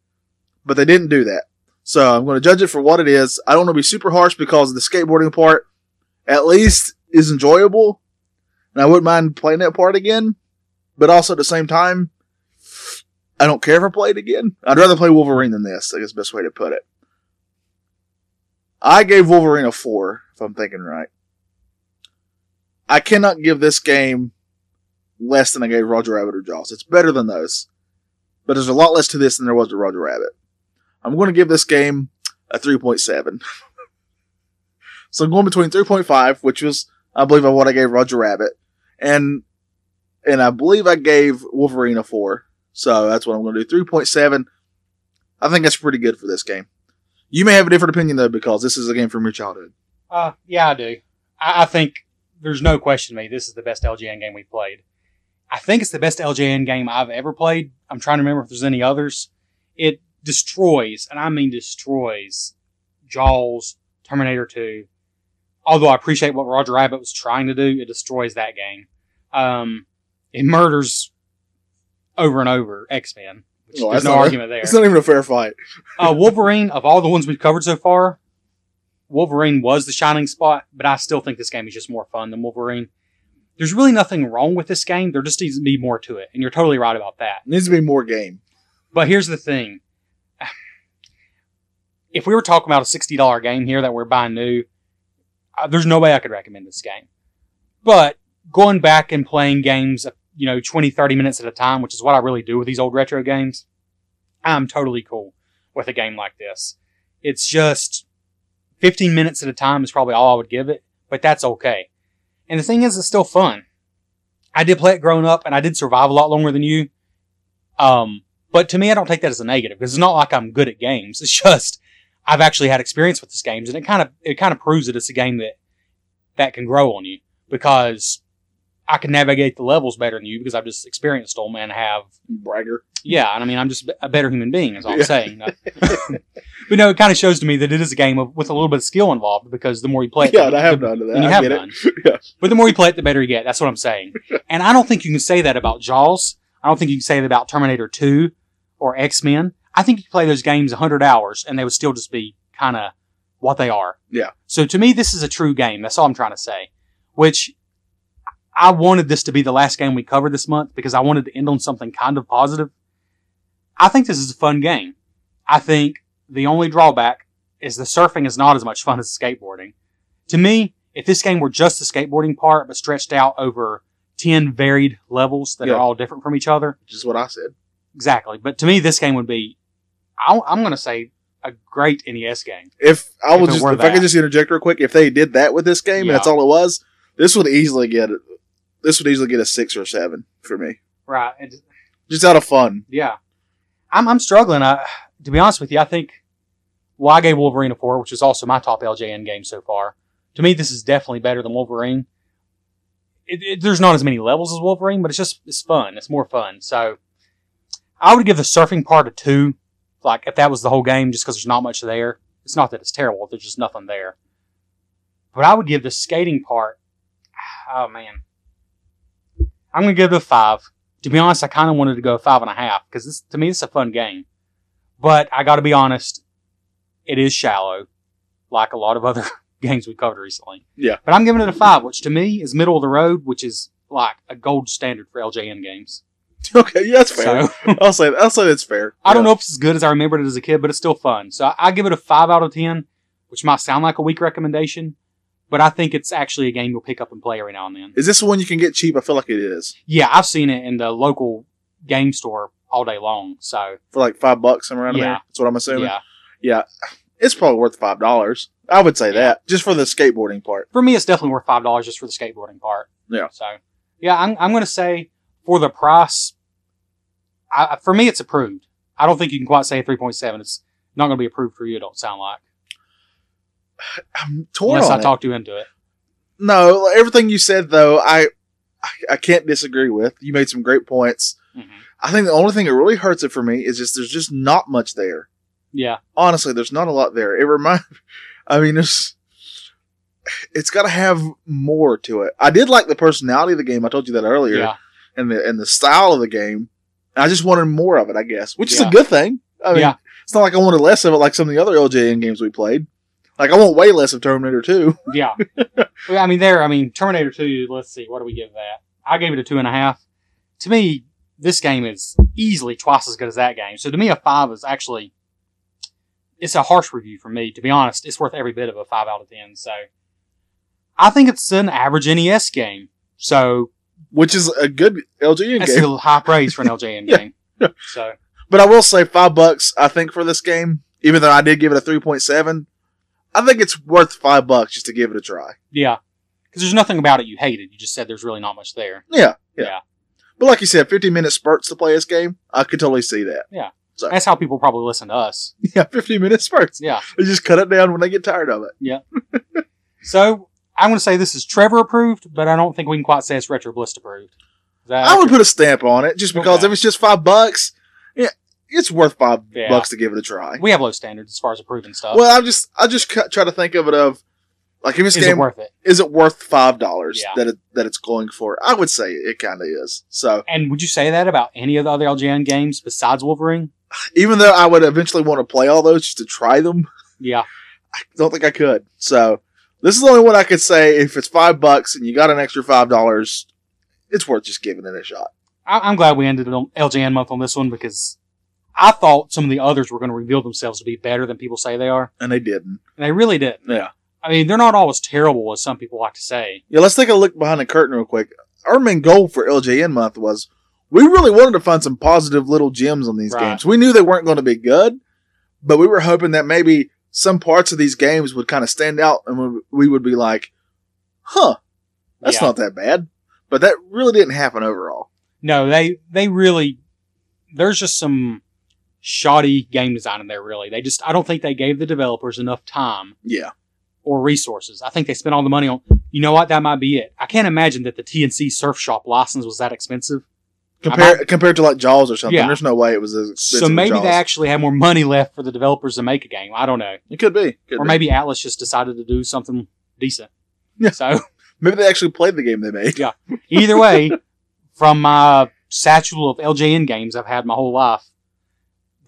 A: But they didn't do that. So I'm going to judge it for what it is. I don't want to be super harsh because the skateboarding part, at least, is enjoyable. And I wouldn't mind playing that part again. But also at the same time, I don't care if I play it again. I'd rather play Wolverine than this. I guess the best way to put it. I gave Wolverine a four, if I'm thinking right. I cannot give this game less than I gave Roger Rabbit or Jaws. It's better than those, but there's a lot less to this than there was to Roger Rabbit. I'm going to give this game a 3.7. so I'm going between 3.5, which was, I believe, what I gave Roger Rabbit, and and I believe I gave Wolverine a four. So that's what I'm going to do. 3.7. I think that's pretty good for this game. You may have a different opinion though, because this is a game from your childhood.
B: Uh, yeah, I do. I, I think there's no question to me. This is the best LGN game we've played. I think it's the best LJN game I've ever played. I'm trying to remember if there's any others. It destroys, and I mean destroys, Jaws, Terminator 2. Although I appreciate what Roger Rabbit was trying to do, it destroys that game. Um, it murders over and over X Men, which
A: Well,
B: there's
A: that's
B: no
A: not-
B: argument there.
A: It's not even a fair fight.
B: uh, Wolverine, of all the ones we've covered so far, Wolverine was the shining spot, but I still think this game is just more fun than Wolverine. There's really nothing wrong with this game. There just needs to be more to it, and you're totally right about that.
A: It needs to be more game.
B: But here's the thing. If we were talking about a $60 game here that we're buying new, uh, there's no way I could recommend this game. But going back and playing games, uh, you know, 20, 30 minutes at a time, which is what I really do with these old retro games, I'm totally cool with a game like this. It's just 15 minutes at a time is probably all I would give it, but that's okay. And the thing is, it's still fun. I did play it growing up and I did survive a lot longer than you. Um, but to me, I don't take that as a negative because it's not like I'm good at games. It's just I've actually had experience with these games, and it kind of it kind of proves that it's a game that that can grow on you because I can navigate the levels better than you because I've just experienced them and have
A: Bragger.
B: yeah, and I mean, I'm just a better human being, is all I'm
A: Yeah.
B: saying. but no, it kind of shows to me that it is a game of, with a little bit of skill involved because the more you play it,
A: yeah,
B: the,
A: and I have
B: the-
A: none of that.
B: and you
A: I
B: have
A: get
B: none.
A: it. Yeah.
B: But the more you play it, the better you get. That's what I'm saying. And I don't think you can say that about Jaws. I don't think you can say that about Terminator 2 or X Men. I think you could play those games 100 hours and they would still just be kind of what they are.
A: Yeah.
B: So to me, this is a true game. That's all I'm trying to say. Which I wanted this to be the last game we covered this month because I wanted to end on something kind of positive. I think this is a fun game. I think the only drawback is the surfing is not as much fun as skateboarding. To me, if this game were just the skateboarding part, but stretched out over 10 varied levels that
A: Yeah.
B: are all different from each other,
A: Just what I said.
B: exactly. But to me, this game would be, i I'm going to say, a great NES game.
A: If I
B: If
A: will
B: it
A: just,
B: were
A: if I
B: that.
A: could just interject real quick, if they did that with this game,
B: Yeah.
A: and that's all it was, this would easily get, this would easily get a six or a seven for me,
B: Right. It-
A: just out of fun.
B: Yeah, I'm I'm struggling. I, to be honest with you, I think well, I gave Wolverine a four, which is also my top LJN game so far. To me, this is definitely better than Wolverine. It, it, there's not as many levels as Wolverine, but it's just it's fun. It's more fun. So I would give the surfing part a two. Like if that was the whole game, just because there's not much there. It's not that it's terrible. There's just nothing there. But I would give the skating part. Oh man, I'm gonna give it a five to be honest, I kind of wanted to go five and a half because this to me it's a fun game. But I got to be honest, it is shallow, like a lot of other games we covered recently.
A: Yeah.
B: But I'm giving it a five, which to me is middle of the road, which is like a gold standard for LJN games.
A: Okay, yeah, that's fair.
B: So
A: I'll say, I'll say that's fair.
B: I don't know if it's as good as I remembered it as a kid, but it's still fun. So I, I give it a five out of ten, which might sound like a weak recommendation, but I think it's actually a game you'll pick up and play every now and then.
A: Is this the one you can get cheap? I feel like it is
B: Yeah, I've seen it in the local game store all day long. So
A: for like five bucks somewhere around
B: Yeah.
A: there. That's what I'm assuming.
B: yeah.
A: It's probably worth five dollars. I would say
B: Yeah.
A: that just for the skateboarding part.
B: for me, it's definitely worth five dollars just for the skateboarding part.
A: Yeah.
B: So, yeah, I'm, I'm going to say for the price, I, for me, it's approved. I don't think you can quite say three point seven. It's not going to be approved for you. It don't sound like
A: I'm torn
B: unless
A: on
B: I
A: it.
B: talked you into it.
A: No, like, everything you said though, I, I I can't disagree with. You made some great points.
B: Mhm.
A: I think the only thing that really hurts it for me is just there's just not much there.
B: Yeah,
A: Honestly, there's not a lot there. It reminds. I mean, it's it's got to have more to it. I did like the personality of the game. I told you that earlier,
B: yeah,
A: and the and the style of the game. I just wanted more of it, I guess, which is
B: Yeah.
A: a good thing. I mean,
B: yeah,
A: it's not like I wanted less of it like some of the other LJN games we played. Like I want way less of Terminator 2.
B: yeah. Well, I mean, there. I mean, Terminator Two. Let's see, what do we give that? I gave it a two and a half. To me, this game is easily twice as good as that game. So to me, a five is actually it's a harsh review for me. To be honest, it's worth every bit of a five out of ten. So I think it's an average NES game. So
A: which is a good LGN
B: that's
A: game.
B: still high praise for an LJN
A: Yeah.
B: game. So
A: but I will say five bucks, I think, for this game, even though I did give it a 3.7, I think it's worth five bucks just to give it a try.
B: yeah, because there's nothing about it you hated. You just said there's really not much there.
A: Yeah, yeah.
B: Yeah.
A: But like you said, 15 minute spurts to play this game, I could totally see that.
B: That's how people probably listen to us.
A: Yeah, 15 minute spurts.
B: Yeah.
A: They just cut it down when they get tired of it.
B: So I'm going to say this is Trevor approved, but I don't think we can quite say it's Retro Bliss approved. Is that
A: I would put a stamp on it just because
B: Okay.
A: if it's just five bucks, yeah, it's worth five
B: Yeah.
A: bucks to give it a try.
B: We have low standards as far as approving stuff.
A: Well, I'm just I just cu- try to think of it of like if this
B: is
A: game
B: it worth it?
A: is it worth five dollars
B: Yeah.
A: that it, that it's going for? I would say it kind of is. So
B: And would you say that about any of the other LJN games besides Wolverine?
A: even though I would eventually want to play all those just to try them,
B: Yeah.
A: I don't think I could. So this is the only one I could say if it's five bucks and you got an extra five dollars, it's worth just giving it a shot.
B: I- I'm glad we ended on LJN month on this one because I thought some of the others were going to reveal themselves to be better than people say they are,
A: And they didn't.
B: and they really did.
A: Yeah.
B: I mean, they're not always terrible as some people like to say.
A: Yeah. Let's take a look behind the curtain real quick. Our main goal for LJN month was we really wanted to find some positive little gems on these
B: Right.
A: games. We knew they weren't going to be good, but we were hoping that maybe some parts of these games would kind of stand out and we- we would be like, huh, that's
B: Yeah.
A: not that bad. But that really didn't happen overall.
B: No, they they really there's just some shoddy game design in there. Really, they just I don't think they gave the developers enough time
A: Yeah.
B: or resources. I think they spent all the money on. You know what? That might be it. I can't imagine that the TNC Surf Shop license was that expensive.
A: Compare, compared to like Jaws or something.
B: Yeah.
A: There's no way it was as expensive.
B: So maybe
A: as Jaws.
B: they actually had more money left for the developers to make a game. I don't know.
A: it could be, Could
B: or
A: be.
B: maybe Atlas just decided to do something decent.
A: Yeah.
B: So
A: maybe they actually played the game they made.
B: either way, from my satchel of LJN games I've had my whole life,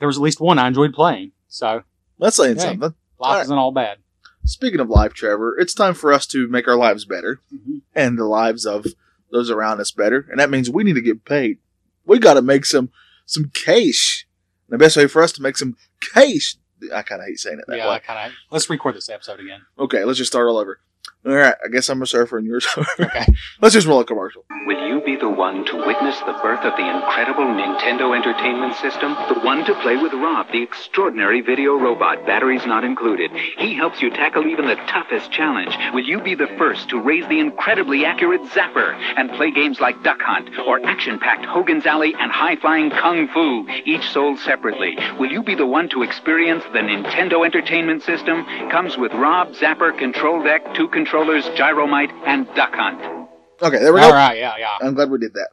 B: there was at least one I enjoyed playing. So
A: That's saying
B: Hey.
A: something.
B: life
A: Alright.
B: isn't all bad.
A: Speaking of life, Trevor, it's time for us to make our lives better
B: Mm-hmm.
A: and the lives of those around us better, and that means we need to get paid. We got to make some some cash. The best way for us to make some cash. I kind of hate saying it that
B: Yeah,
A: way.
B: I kind of. Let's record this episode again.
A: Okay, let's just start all over. All right, I guess I'm a surfer and you're a surfer.
B: Okay.
A: let's just roll a commercial.
C: Will you be the one to witness the birth of the incredible Nintendo Entertainment System? The one to play with Rob, the extraordinary video robot, batteries not included. He helps you tackle even the toughest challenge. Will you be the first to raise the incredibly accurate Zapper and play games like Duck Hunt or action packed Hogan's Alley and high flying Kung Fu, each sold separately? Will you be the one to experience the Nintendo Entertainment System? Comes with Rob, Zapper, Control Deck, two controllers, Gyromite, and Duck Hunt.
A: Okay, there
B: All
A: we go.
B: right. Yeah. Yeah.
A: I'm glad we did that.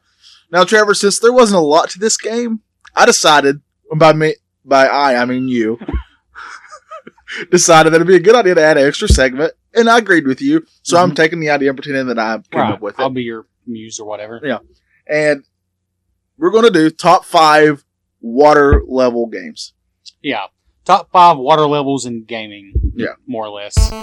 A: Now, Trevor, since there wasn't a lot to this game, I decided and by me by I I mean you decided that it'd be a good idea to add an extra segment, and I agreed with you. So I'm taking the idea and pretending that I came
B: Mm-hmm. Right.
A: up with it,
B: I'll be your muse or whatever.
A: and we're going to do top five water level games.
B: Yeah. Top five water levels in gaming.
A: Yeah.
B: More or less.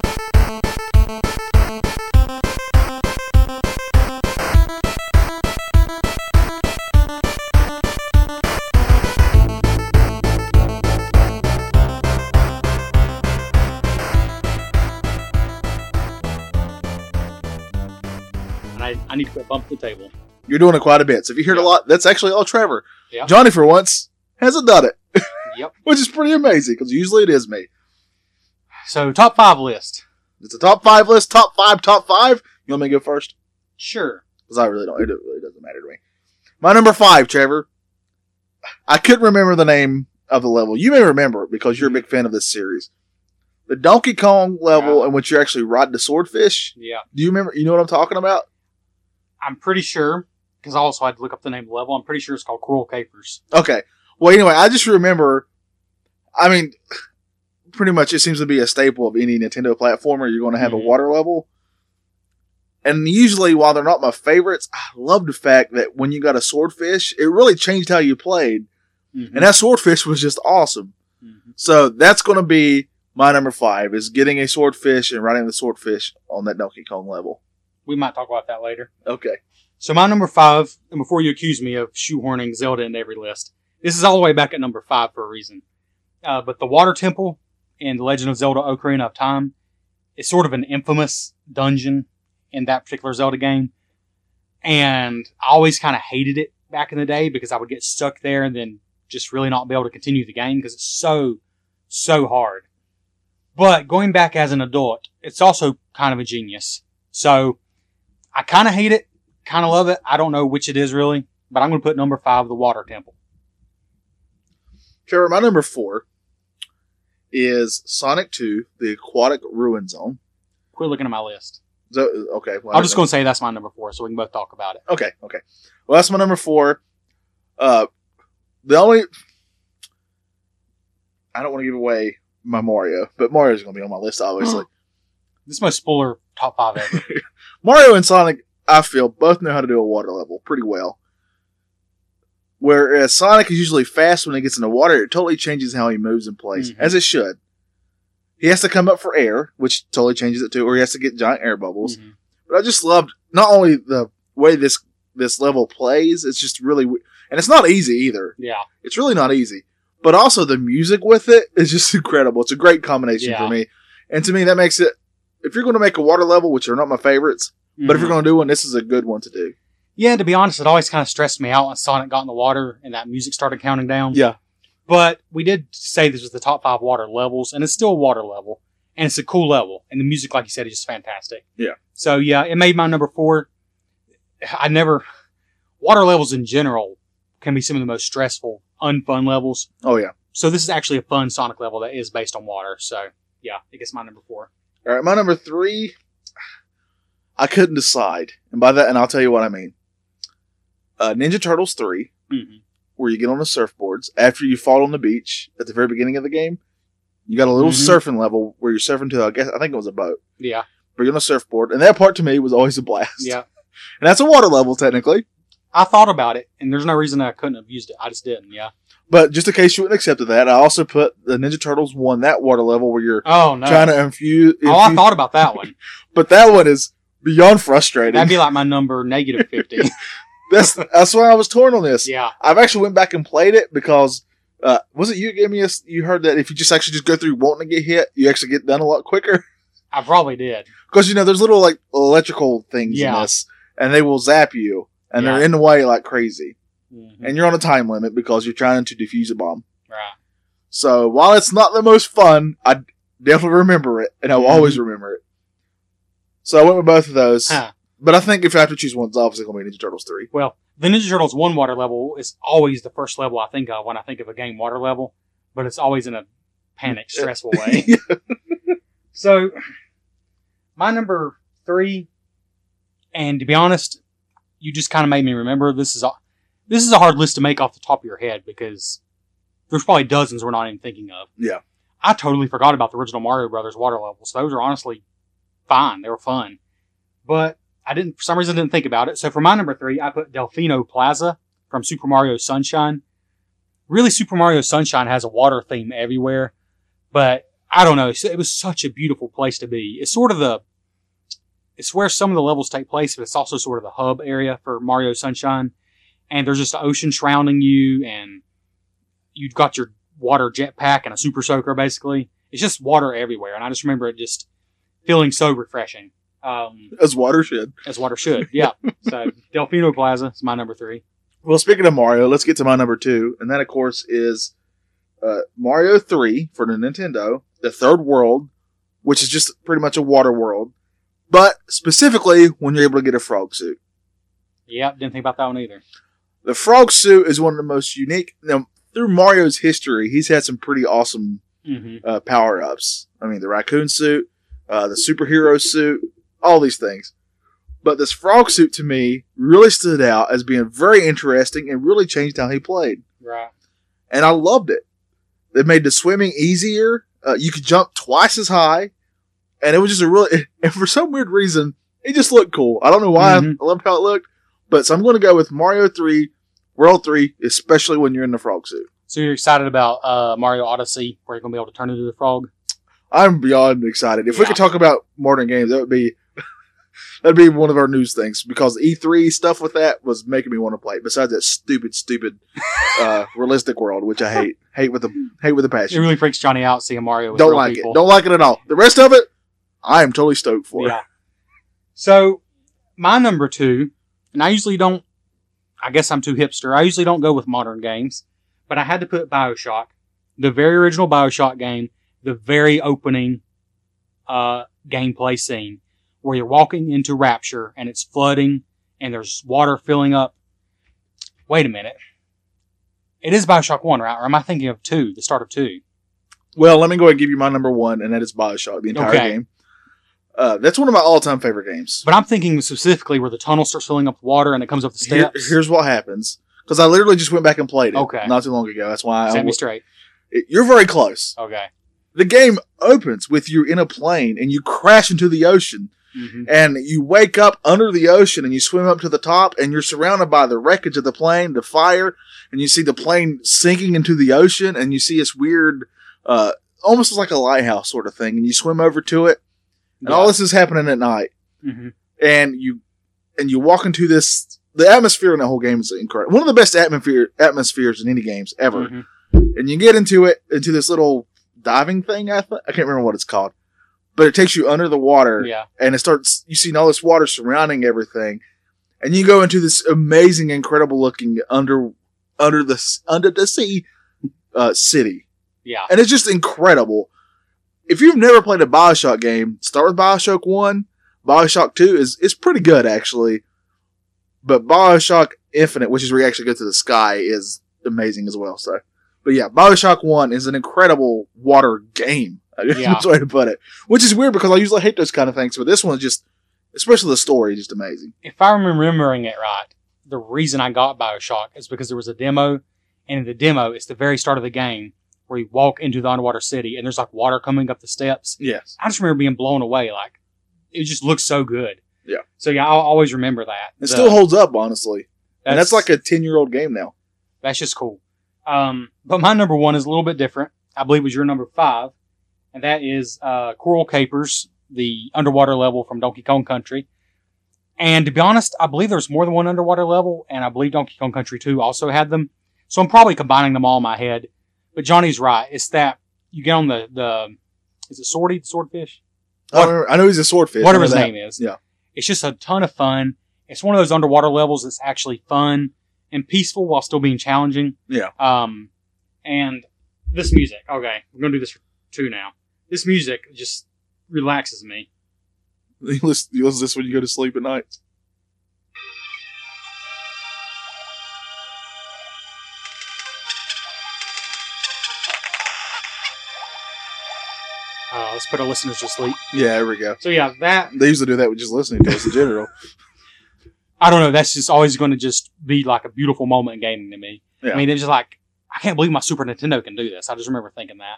B: And I, I need to quit bumping the table.
A: You're doing it quite a bit. So if you hear it a
B: Yeah.
A: lot, that's actually all Trevor.
B: Yeah.
A: Johnny, for once, hasn't done it,
B: Yep.
A: which is pretty amazing because usually it is me.
B: So, top five list.
A: It's a top five list, top five, top five. You want me to go first?
B: Sure.
A: because I really don't. It really doesn't matter to me. My number five, Trevor. I couldn't remember the name of the level. You may remember it because you're a big fan of this series. The Donkey Kong level in which you're actually riding the swordfish.
B: Yeah.
A: Do you remember? You know what I'm talking about?
B: I'm pretty sure, because I also had to look up the name of the level. I'm pretty sure it's called Coral Capers.
A: Okay. Well, anyway, I just remember. I mean, pretty much it seems to be a staple of any Nintendo platformer. You're going to have
B: Mhm.
A: a water level. And usually, while they're not my favorites, I love the fact that when you got a swordfish, it really changed how you played.
B: Mhm.
A: and that swordfish was just awesome.
B: Mhm.
A: So that's going to be my number five is getting a swordfish and riding the swordfish on that Donkey Kong level.
B: We might talk about that later.
A: Okay,
B: So my number five, and before you accuse me of shoehorning Zelda into every list, this is all the way back at number five for a reason. Uh, but the Water Temple in The Legend of Zelda: Ocarina of Time is sort of an infamous dungeon in that particular Zelda game, and I always kind of hated it back in the day because I would get stuck there and then just really not be able to continue the game because it's so so hard. But going back as an adult, it's also kind of a genius. So I kind of hate it, kind of love it. I don't know which it is really, but I'm going to put number five, the Water Temple.
A: Trevor, my number four is Sonic Two: The Aquatic Ruin Zone.
B: Quit looking at my list.
A: So, okay, well, I
B: I'm just
A: don't
B: going to say that's my number four, so we can both talk about it.
A: know. Okay, okay. Well, that's my number four. Uh, the only I don't want to give away my Mario, but Mario's going to be on my list, obviously.
B: This is my spoiler top five ever.
A: Mario and Sonic, I feel, both know how to do a water level pretty well. Whereas Sonic is usually fast when he gets in the water, it totally changes how he moves and plays,
B: Mhm.
A: as it should. He has to come up for air, which totally changes it too, or he has to get giant air bubbles.
B: Mhm.
A: But I just loved not only the way this this level plays; it's just really, w- and it's not easy either.
B: Yeah.
A: It's really not easy, but also the music with it is just incredible. It's a great combination
B: Yeah.
A: for me, and to me that makes it. If you're going to make a water level, which are not my favorites, but if you're going to do one, this is a good one to do.
B: Mm-hmm. Yeah, to be honest, it always kind of stressed me out when Sonic got in the water and that music started counting down.
A: Yeah.
B: But we did say this was the top five water levels, and it's still a water level, and it's a cool level, and the music, like you said, is just fantastic.
A: Yeah.
B: So yeah, it made my number four. I never water levels in general can be some of the most stressful, unfun levels.
A: Oh yeah.
B: So this is actually a fun Sonic level that is based on water. So yeah, it gets my number four.
A: All right, my number three. I couldn't decide, and by that, and I'll tell you what I mean. Uh, Ninja Turtles three,
B: Mm-hmm.
A: where you get on the surfboards after you fall on the beach at the very beginning of the game. You got a little
B: Mhm.
A: surfing level where you're surfing to, I guess, I think it was a boat,
B: Yeah.
A: but you're on a surfboard, and that part to me was always a blast.
B: Yeah.
A: and that's a water level technically,
B: I thought about it, and there's no reason I couldn't have used it. I just didn't. Yeah.
A: but just in case you wouldn't accept that, I also put the Ninja Turtles one that water level where you're
B: Oh no.
A: trying to infuse.
B: Oh, I
A: infuse-
B: thought about that one.
A: but that one is beyond frustrating.
B: That'd be like my number negative 50.
A: that's that's why I was torn on this.
B: yeah.
A: I've actually went back and played it because uh, was it you that gave me a, s- you heard that if you just actually just go through wanting to get hit, you actually get done a lot quicker
B: I probably did.
A: because you know there's little like electrical things
B: Yeah.
A: in this, and they will zap you, and
B: Yeah.
A: they're in the way like crazy,
B: Mhm.
A: and you're on a time limit because you're trying to defuse a bomb.
B: Right.
A: So while it's not the most fun, I definitely remember it, and I will always remember it. So I went with both of those,
B: Mm-hmm. Huh.
A: but I think if I have to choose one, it's obviously going to be Ninja Turtles three.
B: Well, the Ninja Turtles one water level is always the first level I think of when I think of a game water level, but it's always in a panic, stressful way. so, my number three, and to be honest, you just kind of made me remember this is a this is a hard list to make off the top of your head because there's probably dozens we're not even thinking of.
A: Yeah.
B: I totally forgot about the original Mario Brothers water levels. Those are honestly fine. They were fun, but I didn't for some reason didn't think about it. So for my number three, I put Delfino Plaza from Super Mario Sunshine. Really, Super Mario Sunshine has a water theme everywhere, but I don't know. it's- It was such a beautiful place to be. It's sort of the it's where some of the levels take place, but it's also sort of the hub area for Mario Sunshine. And there's just an ocean surrounding you, and you've got your water jetpack and a super soaker basically. It's just water everywhere, and I just remember it just feeling so refreshing. Um,
A: As watershed.
B: as water should. Yeah. so Delfino Plaza is my number three.
A: Well, speaking of Mario, let's get to my number two, and that, of course, is uh, Mario Three for the Nintendo, the Third World, which is just pretty much a water world, but specifically when you're able to get a frog suit.
B: Yeah, didn't think about that one either.
A: The frog suit is one of the most unique. Now, through Mario's history, he's had some pretty awesome
B: Mm-hmm.
A: uh, power ups. I mean, the raccoon suit, uh, the superhero suit, all these things. But this frog suit to me really stood out as being very interesting and really changed how he played.
B: Right.
A: and I loved it. It made the swimming easier. Uh, you could jump twice as high, and it was just a really. And for some weird reason, it just looked cool. I don't know why.
B: Mhm.
A: I loved how it looked, but so I'm going to go with Mario Three, World Three, especially when you're in the frog suit.
B: So you're excited about uh, Mario Odyssey, where you're gonna be able to turn into the frog?
A: I'm beyond excited. If we
B: Yeah.
A: could talk about modern games, that would be that'd be one of our news things because E3 stuff with that was making me want to play. it, Besides that stupid, stupid uh, realistic world, which I hate, hate with a hate with a passion.
B: It really freaks Johnny out seeing Mario with
A: don't
B: real
A: like
B: people.
A: it. Don't like it at all. The rest of it, I am totally stoked for.
B: Yeah. So my number two, and I usually don't. I guess I'm too hipster. I usually don't go with modern games, but I had to put Bioshock, the very original Bioshock game, the very opening uh, gameplay scene where you're walking into Rapture and it's flooding and there's water filling up. Wait a minute. It is Bioshock 1, right? Or am I thinking of 2, the start of 2?
A: Well, let me go ahead and give you my number one, and that is Bioshock, the entire
B: Okay.
A: game. Uh, that's one of my all-time favorite games.
B: But I'm thinking specifically where the tunnel starts filling up with water and it comes up the
A: Here-
B: steps.
A: here's what happens because I literally just went back and played it
B: Okay.
A: not too long ago. That's why
B: Set
A: I,
B: me straight.
A: It- You're very close.
B: Okay.
A: The game opens with you in a plane and you crash into the ocean
B: hmm
A: and you wake up under the ocean and you swim up to the top and you're surrounded by the wreckage of the plane, the fire, and you see the plane sinking into the ocean and you see this weird, uh, almost like a lighthouse sort of thing. And you swim over to it and all this is happening at night
B: hmm
A: and you and you walk into this the atmosphere in the whole game is incredible one of the best atmosphere atmospheres in any games ever
B: Mm-hmm.
A: and you get into it into this little diving thing I, th- I can't remember what it's called but it takes you under the water
B: Yeah.
A: and it starts you see all this water surrounding everything and you go into this amazing incredible looking under under the s- under the sea uh, city
B: Yeah.
A: and it's just incredible. If you've never played a Bioshock game, start with Bioshock One. Bioshock Two is is pretty good actually, but Bioshock Infinite, which is where you actually go to the sky, is amazing as well. So, but yeah, Bioshock One is an incredible water game. I guess
B: Yeah.
A: that's the way to put it. Which is weird because I usually hate those kind of things, but this one's just, especially the story, just amazing.
B: If I'm remembering it right, the reason I got Bioshock is because there was a demo, and in the demo, it's the very start of the game where you walk into the underwater city, and there's like water coming up the steps.
A: Yes.
B: I just remember being blown away. Like it just looks so good.
A: Yeah.
B: So yeah, I'll always remember that.
A: It still holds up, honestly. and that's like
B: a
A: a 10 year old game now.
B: that's just cool. Um, but my number one is a little bit different. I believe was your number five, and that is uh, Coral Capers, the underwater level from Donkey Kong Country. And to be honest, I believe there's more than one underwater level, and I believe Donkey Kong Country 2 also had them. So I'm probably combining them all in my head. But Johnny's right. It's that you get on the, the is it Swordy, the swordfish?
A: I, don't remember- I know he's a swordfish. I
B: whatever
A: know
B: his
A: that.
B: name is.
A: Yeah.
B: It's just a ton of fun. It's one of those underwater levels that's actually fun and peaceful while still being challenging.
A: Yeah.
B: Um, and this music. Okay, we're gonna do this for two now. This music just relaxes me.
A: You listen, you listen to this when you go to sleep at night.
B: Uh, let's put our listeners to sleep.
A: Yeah, there we go.
B: So yeah, that
A: They usually do that with just listening to us in general.
B: I don't know. That's just always going to just be like a beautiful moment in gaming to me.
A: Yeah.
B: I mean, it's just like I can't believe my Super Nintendo can do this. I just remember thinking that.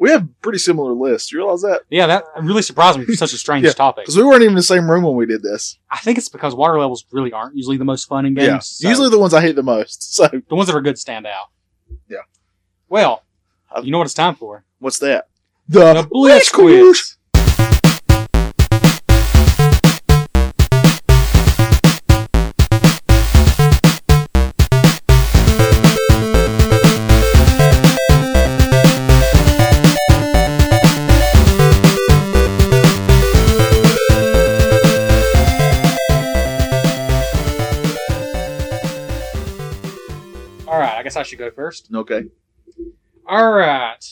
A: We have pretty similar lists. You realize that?
B: Yeah, that really surprised me for such a strange
A: Yeah,
B: topic.
A: Because we weren't even in the same room when we did this.
B: I think it's because water levels really aren't usually the most fun in games.
A: Yeah.
B: so
A: Usually the ones I hate the most. So,
B: the ones that are good stand out.
A: Yeah.
B: Well,
A: I've-
B: you know what it's time for?
A: what's that? The,
B: The Blitz Quiz. All right, I guess I should go first.
A: Okay.
B: All right.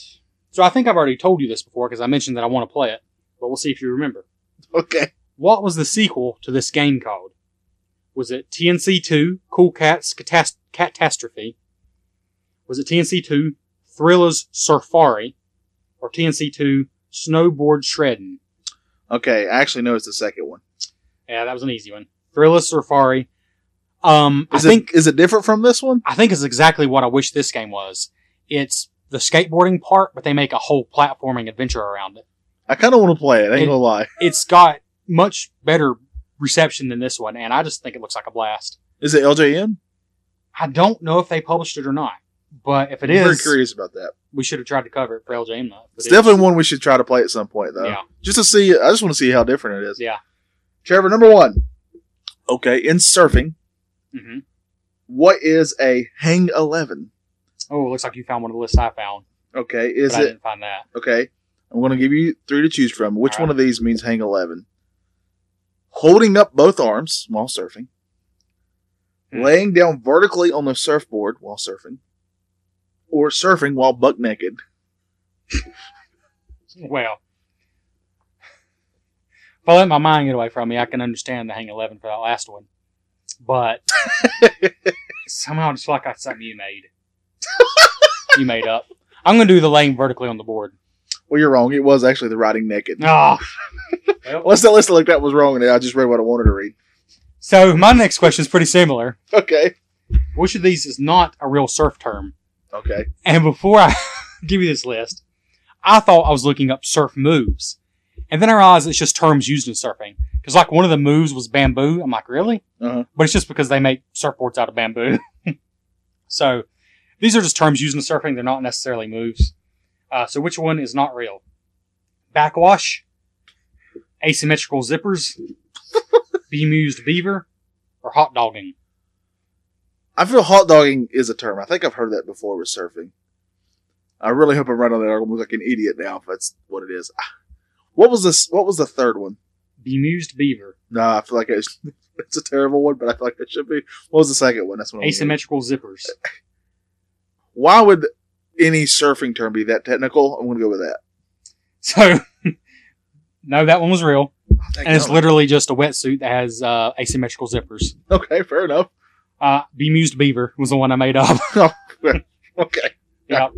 B: So I think I've already told you this before because I mentioned that I want to play it, but we'll see if you remember.
A: Okay.
B: What was the sequel to this game called? Was it TNC2, Cool Cats Catas- Catastrophe? Was it TNC2, Thriller's Surfari? Or TNC2, Snowboard Shredding?
A: Okay. I actually know it's the second one.
B: Yeah, that was an easy one. Thriller's Surfari. Um,
A: Is
B: I
A: it,
B: think
A: is it different from this one?
B: I think is exactly what I wish this game was. It's the skateboarding part, but they make a whole platforming adventure around it.
A: I kind of want to play it. I ain't
B: It-
A: gonna lie.
B: it's got much better reception than this one, and I just think it looks like a blast.
A: Is it LJN?
B: I don't know if they published it or not, but if it
A: I'm very
B: is,
A: curious about that.
B: we should have tried to cover it for LJ and not. but
A: It's
B: it-
A: definitely one we should try to play at some point, though.
B: Yeah,
A: Just to see. I just want to see how different it is.
B: yeah.
A: Trevor, number one. Okay. In surfing,
B: hmm
A: what is a hang 11?
B: Oh, it looks like you found one of the lists I found,
A: Okay. Is
B: but I
A: it
B: didn't find that.
A: Okay. I'm going to give you three to choose from. Which
B: All
A: one
B: right.
A: of these means hang 11? Holding up both arms while surfing.
B: Hmm.
A: Laying down vertically on the surfboard while surfing. Or surfing while buck naked.
B: Well, if I let my mind get away from me, I can understand the hang eleven for that last one, but somehow I just feel like that's something you made. you made up. I'm gonna do the laying vertically on the board.
A: Well, you're wrong. It was actually the riding naked.
B: Ah.
A: Unless that list I looked at was wrong and I just read what I wanted to read.
B: So my next question is pretty similar.
A: Okay.
B: Which of these is not a real surf term?
A: Okay.
B: And before I give you this list. I thought I was looking up surf moves. And then I realized it's just terms used in surfing. Because, like, one of the moves was bamboo. I'm like, really?
A: Uh-huh.
B: But it's just because they make surfboards out of bamboo. so these are just terms used in surfing. They're not necessarily moves. Uh, so which one is not real? Backwash, asymmetrical zippers, bemused beaver, or hot dogging?
A: I feel hot dogging is a term. I think I've heard that before with surfing. I really hope I'm right on that. I'm gonna look like an idiot now if that's what it is. Ah. What was this? What was the third one?
B: Bemused beaver,
A: No, I feel like it's, it's a terrible one, but I feel like it should be. What was the second one? That's what I'm getting.
B: asymmetrical zippers.
A: Why would any surfing term be that technical? I'm gonna go with that.
B: So no, that one was real.
A: Thank
B: And it's
A: God.
B: literally just a wetsuit that has uh, asymmetrical zippers.
A: okay, fair enough.
B: Uh, bemused beaver was the one I made up.
A: Okay,
B: yeah.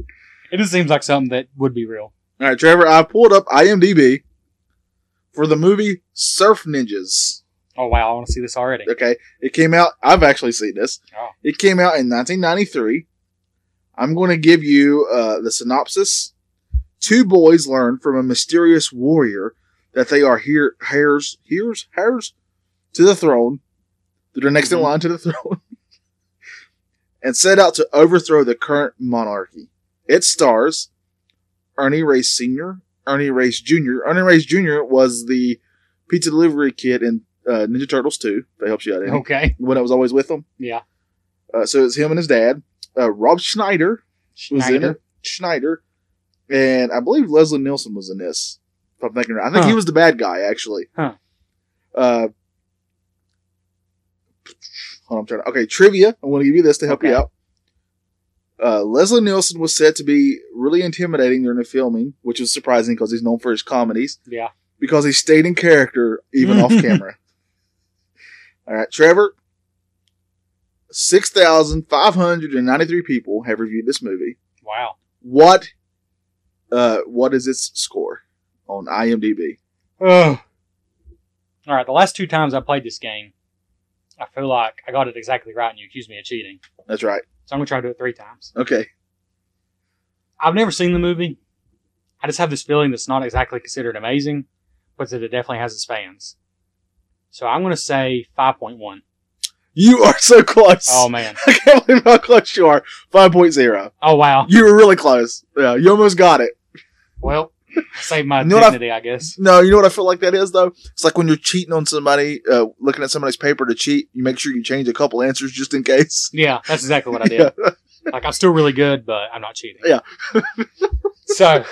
B: It just seems like something that would be real.
A: all right, Trevor. I pulled up IMDb for the movie Surf Ninjas.
B: Oh wow, I want to see this already.
A: Okay, it came out. I've actually seen this.
B: Oh.
A: It came out in 1993. I'm going to give you uh, the synopsis. Two boys learn from a mysterious warrior that they are here heirs, heirs, heirs to the throne. That are next
B: Mhm.
A: in line to the throne, and set out to overthrow the current monarchy. It stars Ernie Race Senior, Ernie Race Junior. Ernie Race Junior was the pizza delivery kid in uh, Ninja Turtles 2. That helps you out. Andy.
B: Okay.
A: When I was always with them.
B: Yeah.
A: Uh, so it's him and his dad. Uh, Rob Schneider was in
B: Schneider.
A: it. Schneider. And I believe Leslie Nielsen was in this. If I'm thinking right. I think
B: Huh.
A: he was the bad guy, actually.
B: Huh.
A: Uh, hold on, I'm trying to, okay, trivia. I'm going to give you this to help you
B: Okay.
A: out. Uh, Leslie Nielsen was said to be really intimidating during the filming, which was surprising because he's known for his comedies
B: Yeah.
A: because he stayed in character even off camera. All right, Trevor. 6,593 people have reviewed this movie.
B: Wow.
A: What uh what is its score on IMDb?
B: Oh. All right. The last two times I played this game, I feel like I got it exactly right, and you accused me of cheating.
A: That's right.
B: So I'm gonna try to do it three times.
A: Okay.
B: I've never seen the movie. I just have this feeling that's not exactly considered amazing, but that it definitely has its fans. So I'm gonna say 5.1.
A: You are so close.
B: Oh man.
A: I can't believe how close you are. 5.0.
B: Oh wow.
A: You were really close. Yeah, you almost got it.
B: Well, I saved my
A: You know what I-
B: dignity, I guess.
A: No, you know what I feel like that is though? It's like when you're cheating on somebody, uh, looking at somebody's paper to cheat, you make sure you change a couple answers just in case.
B: Yeah, that's exactly what I did. Like I'm still really good, but I'm not cheating.
A: Yeah.
B: so,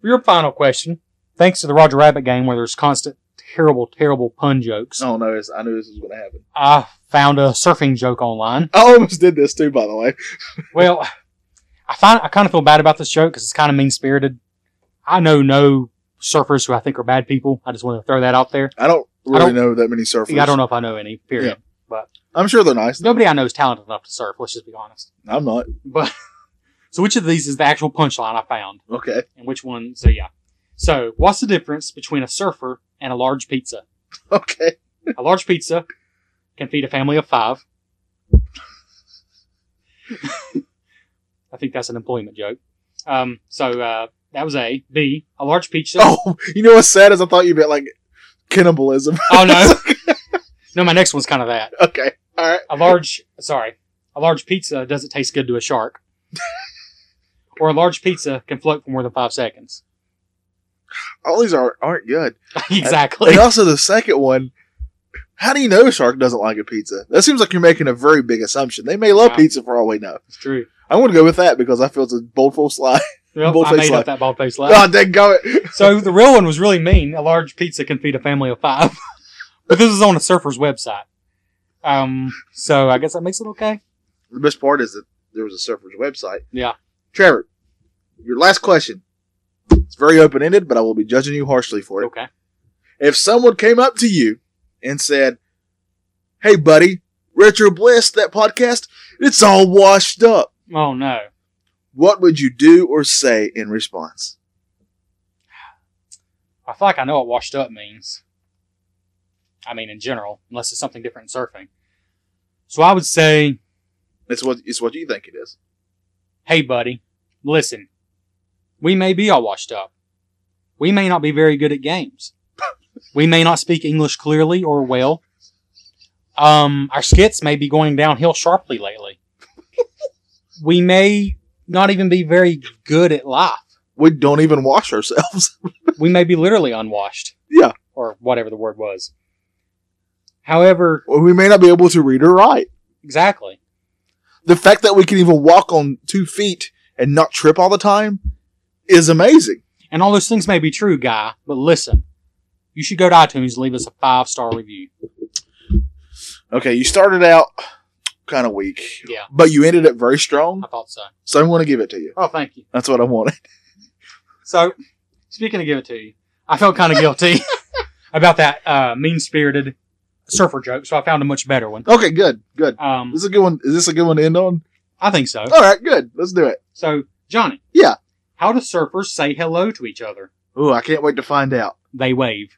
B: for your final question, thanks to the Roger Rabbit game, where there's constant terrible, terrible pun jokes,
A: Oh no! It's, I knew this was going to happen.
B: I found a surfing joke online.
A: I almost did this too, by the way.
B: Well, I find I kind of feel bad about this joke because it's kind of mean spirited. I know no surfers who I think are bad people. I just want to throw that out there.
A: I don't really
B: don't-
A: know that many surfers.
B: Yeah, I don't know if I know any. Period.
A: Yeah. I'm sure they're nice.
B: Nobody I know is talented enough to surf. Let's just be honest.
A: I'm not.
B: But so, which of these is the actual punchline I found?
A: Okay.
B: and which one. So yeah. So what's the difference between a surfer and a large pizza?
A: Okay.
B: A large pizza can feed a family of five. I think that's an employment joke. Um, so uh, that was A. B. A large pizza.
A: Oh, you know what's sad is I thought you meant like cannibalism.
B: Oh, no. No, my next one's kind of that.
A: okay. All right.
B: A large, sorry, a large pizza doesn't taste good to a shark. or a large pizza can float for more than five seconds.
A: All these are aren't good.
B: exactly.
A: And also the second one. How do you know a shark doesn't like a pizza? That seems like you're making a very big assumption. They may love
B: Yeah.
A: pizza for all we know.
B: It's true.
A: I'm going to go with that because I feel it's a bold full slide.
B: Yep, I
A: Bald-faced
B: made
A: laugh.
B: up that bald face laugh.
A: God, dang go it.
B: So the real one was really mean. A large pizza can feed a family of five. but this is on a surfer's website. Um, so I guess that makes it okay.
A: The best part is that there was a surfer's website.
B: Yeah.
A: Trevor, your last question. It's very open ended, but I will be judging you harshly for it.
B: Okay.
A: If someone came up to you and said, Hey, buddy, Retro Bliss, that podcast, it's all washed up.
B: Oh no.
A: What would you do or say in response?
B: I feel like I know what washed up means. I mean in general, unless it's something different in surfing. So I would say,
A: It's what it's what you think it is.
B: Hey buddy, listen, We may be all washed up. We may not be very good at games. we may not speak English clearly or well. Um, our skits may be going downhill sharply lately. we may not even be very good at life.
A: We don't even wash ourselves.
B: We may be literally unwashed.
A: Yeah.
B: Or whatever the word was. However,
A: we may not be able to read or write.
B: exactly.
A: The fact that we can even walk on two feet and not trip all the time is amazing.
B: And all those things may be true, guy, but listen. You should go to iTunes and leave us a five star review.
A: Okay, you started out kind of weak,
B: Yeah,
A: but you ended up very strong.
B: I thought so.
A: So I'm going to give it to you.
B: Oh, thank you.
A: That's what I wanted.
B: So, speaking of give it to you, I felt kind of guilty about that uh, mean spirited surfer joke, so I found a much better one.
A: Okay, good, good.
B: Um,
A: This is a good one. Is this a good one to end on?
B: I think so.
A: All right, good. Let's do it.
B: So, Johnny.
A: Yeah.
B: How do surfers say hello to each other?
A: Ooh, I can't wait to find out.
B: They wave.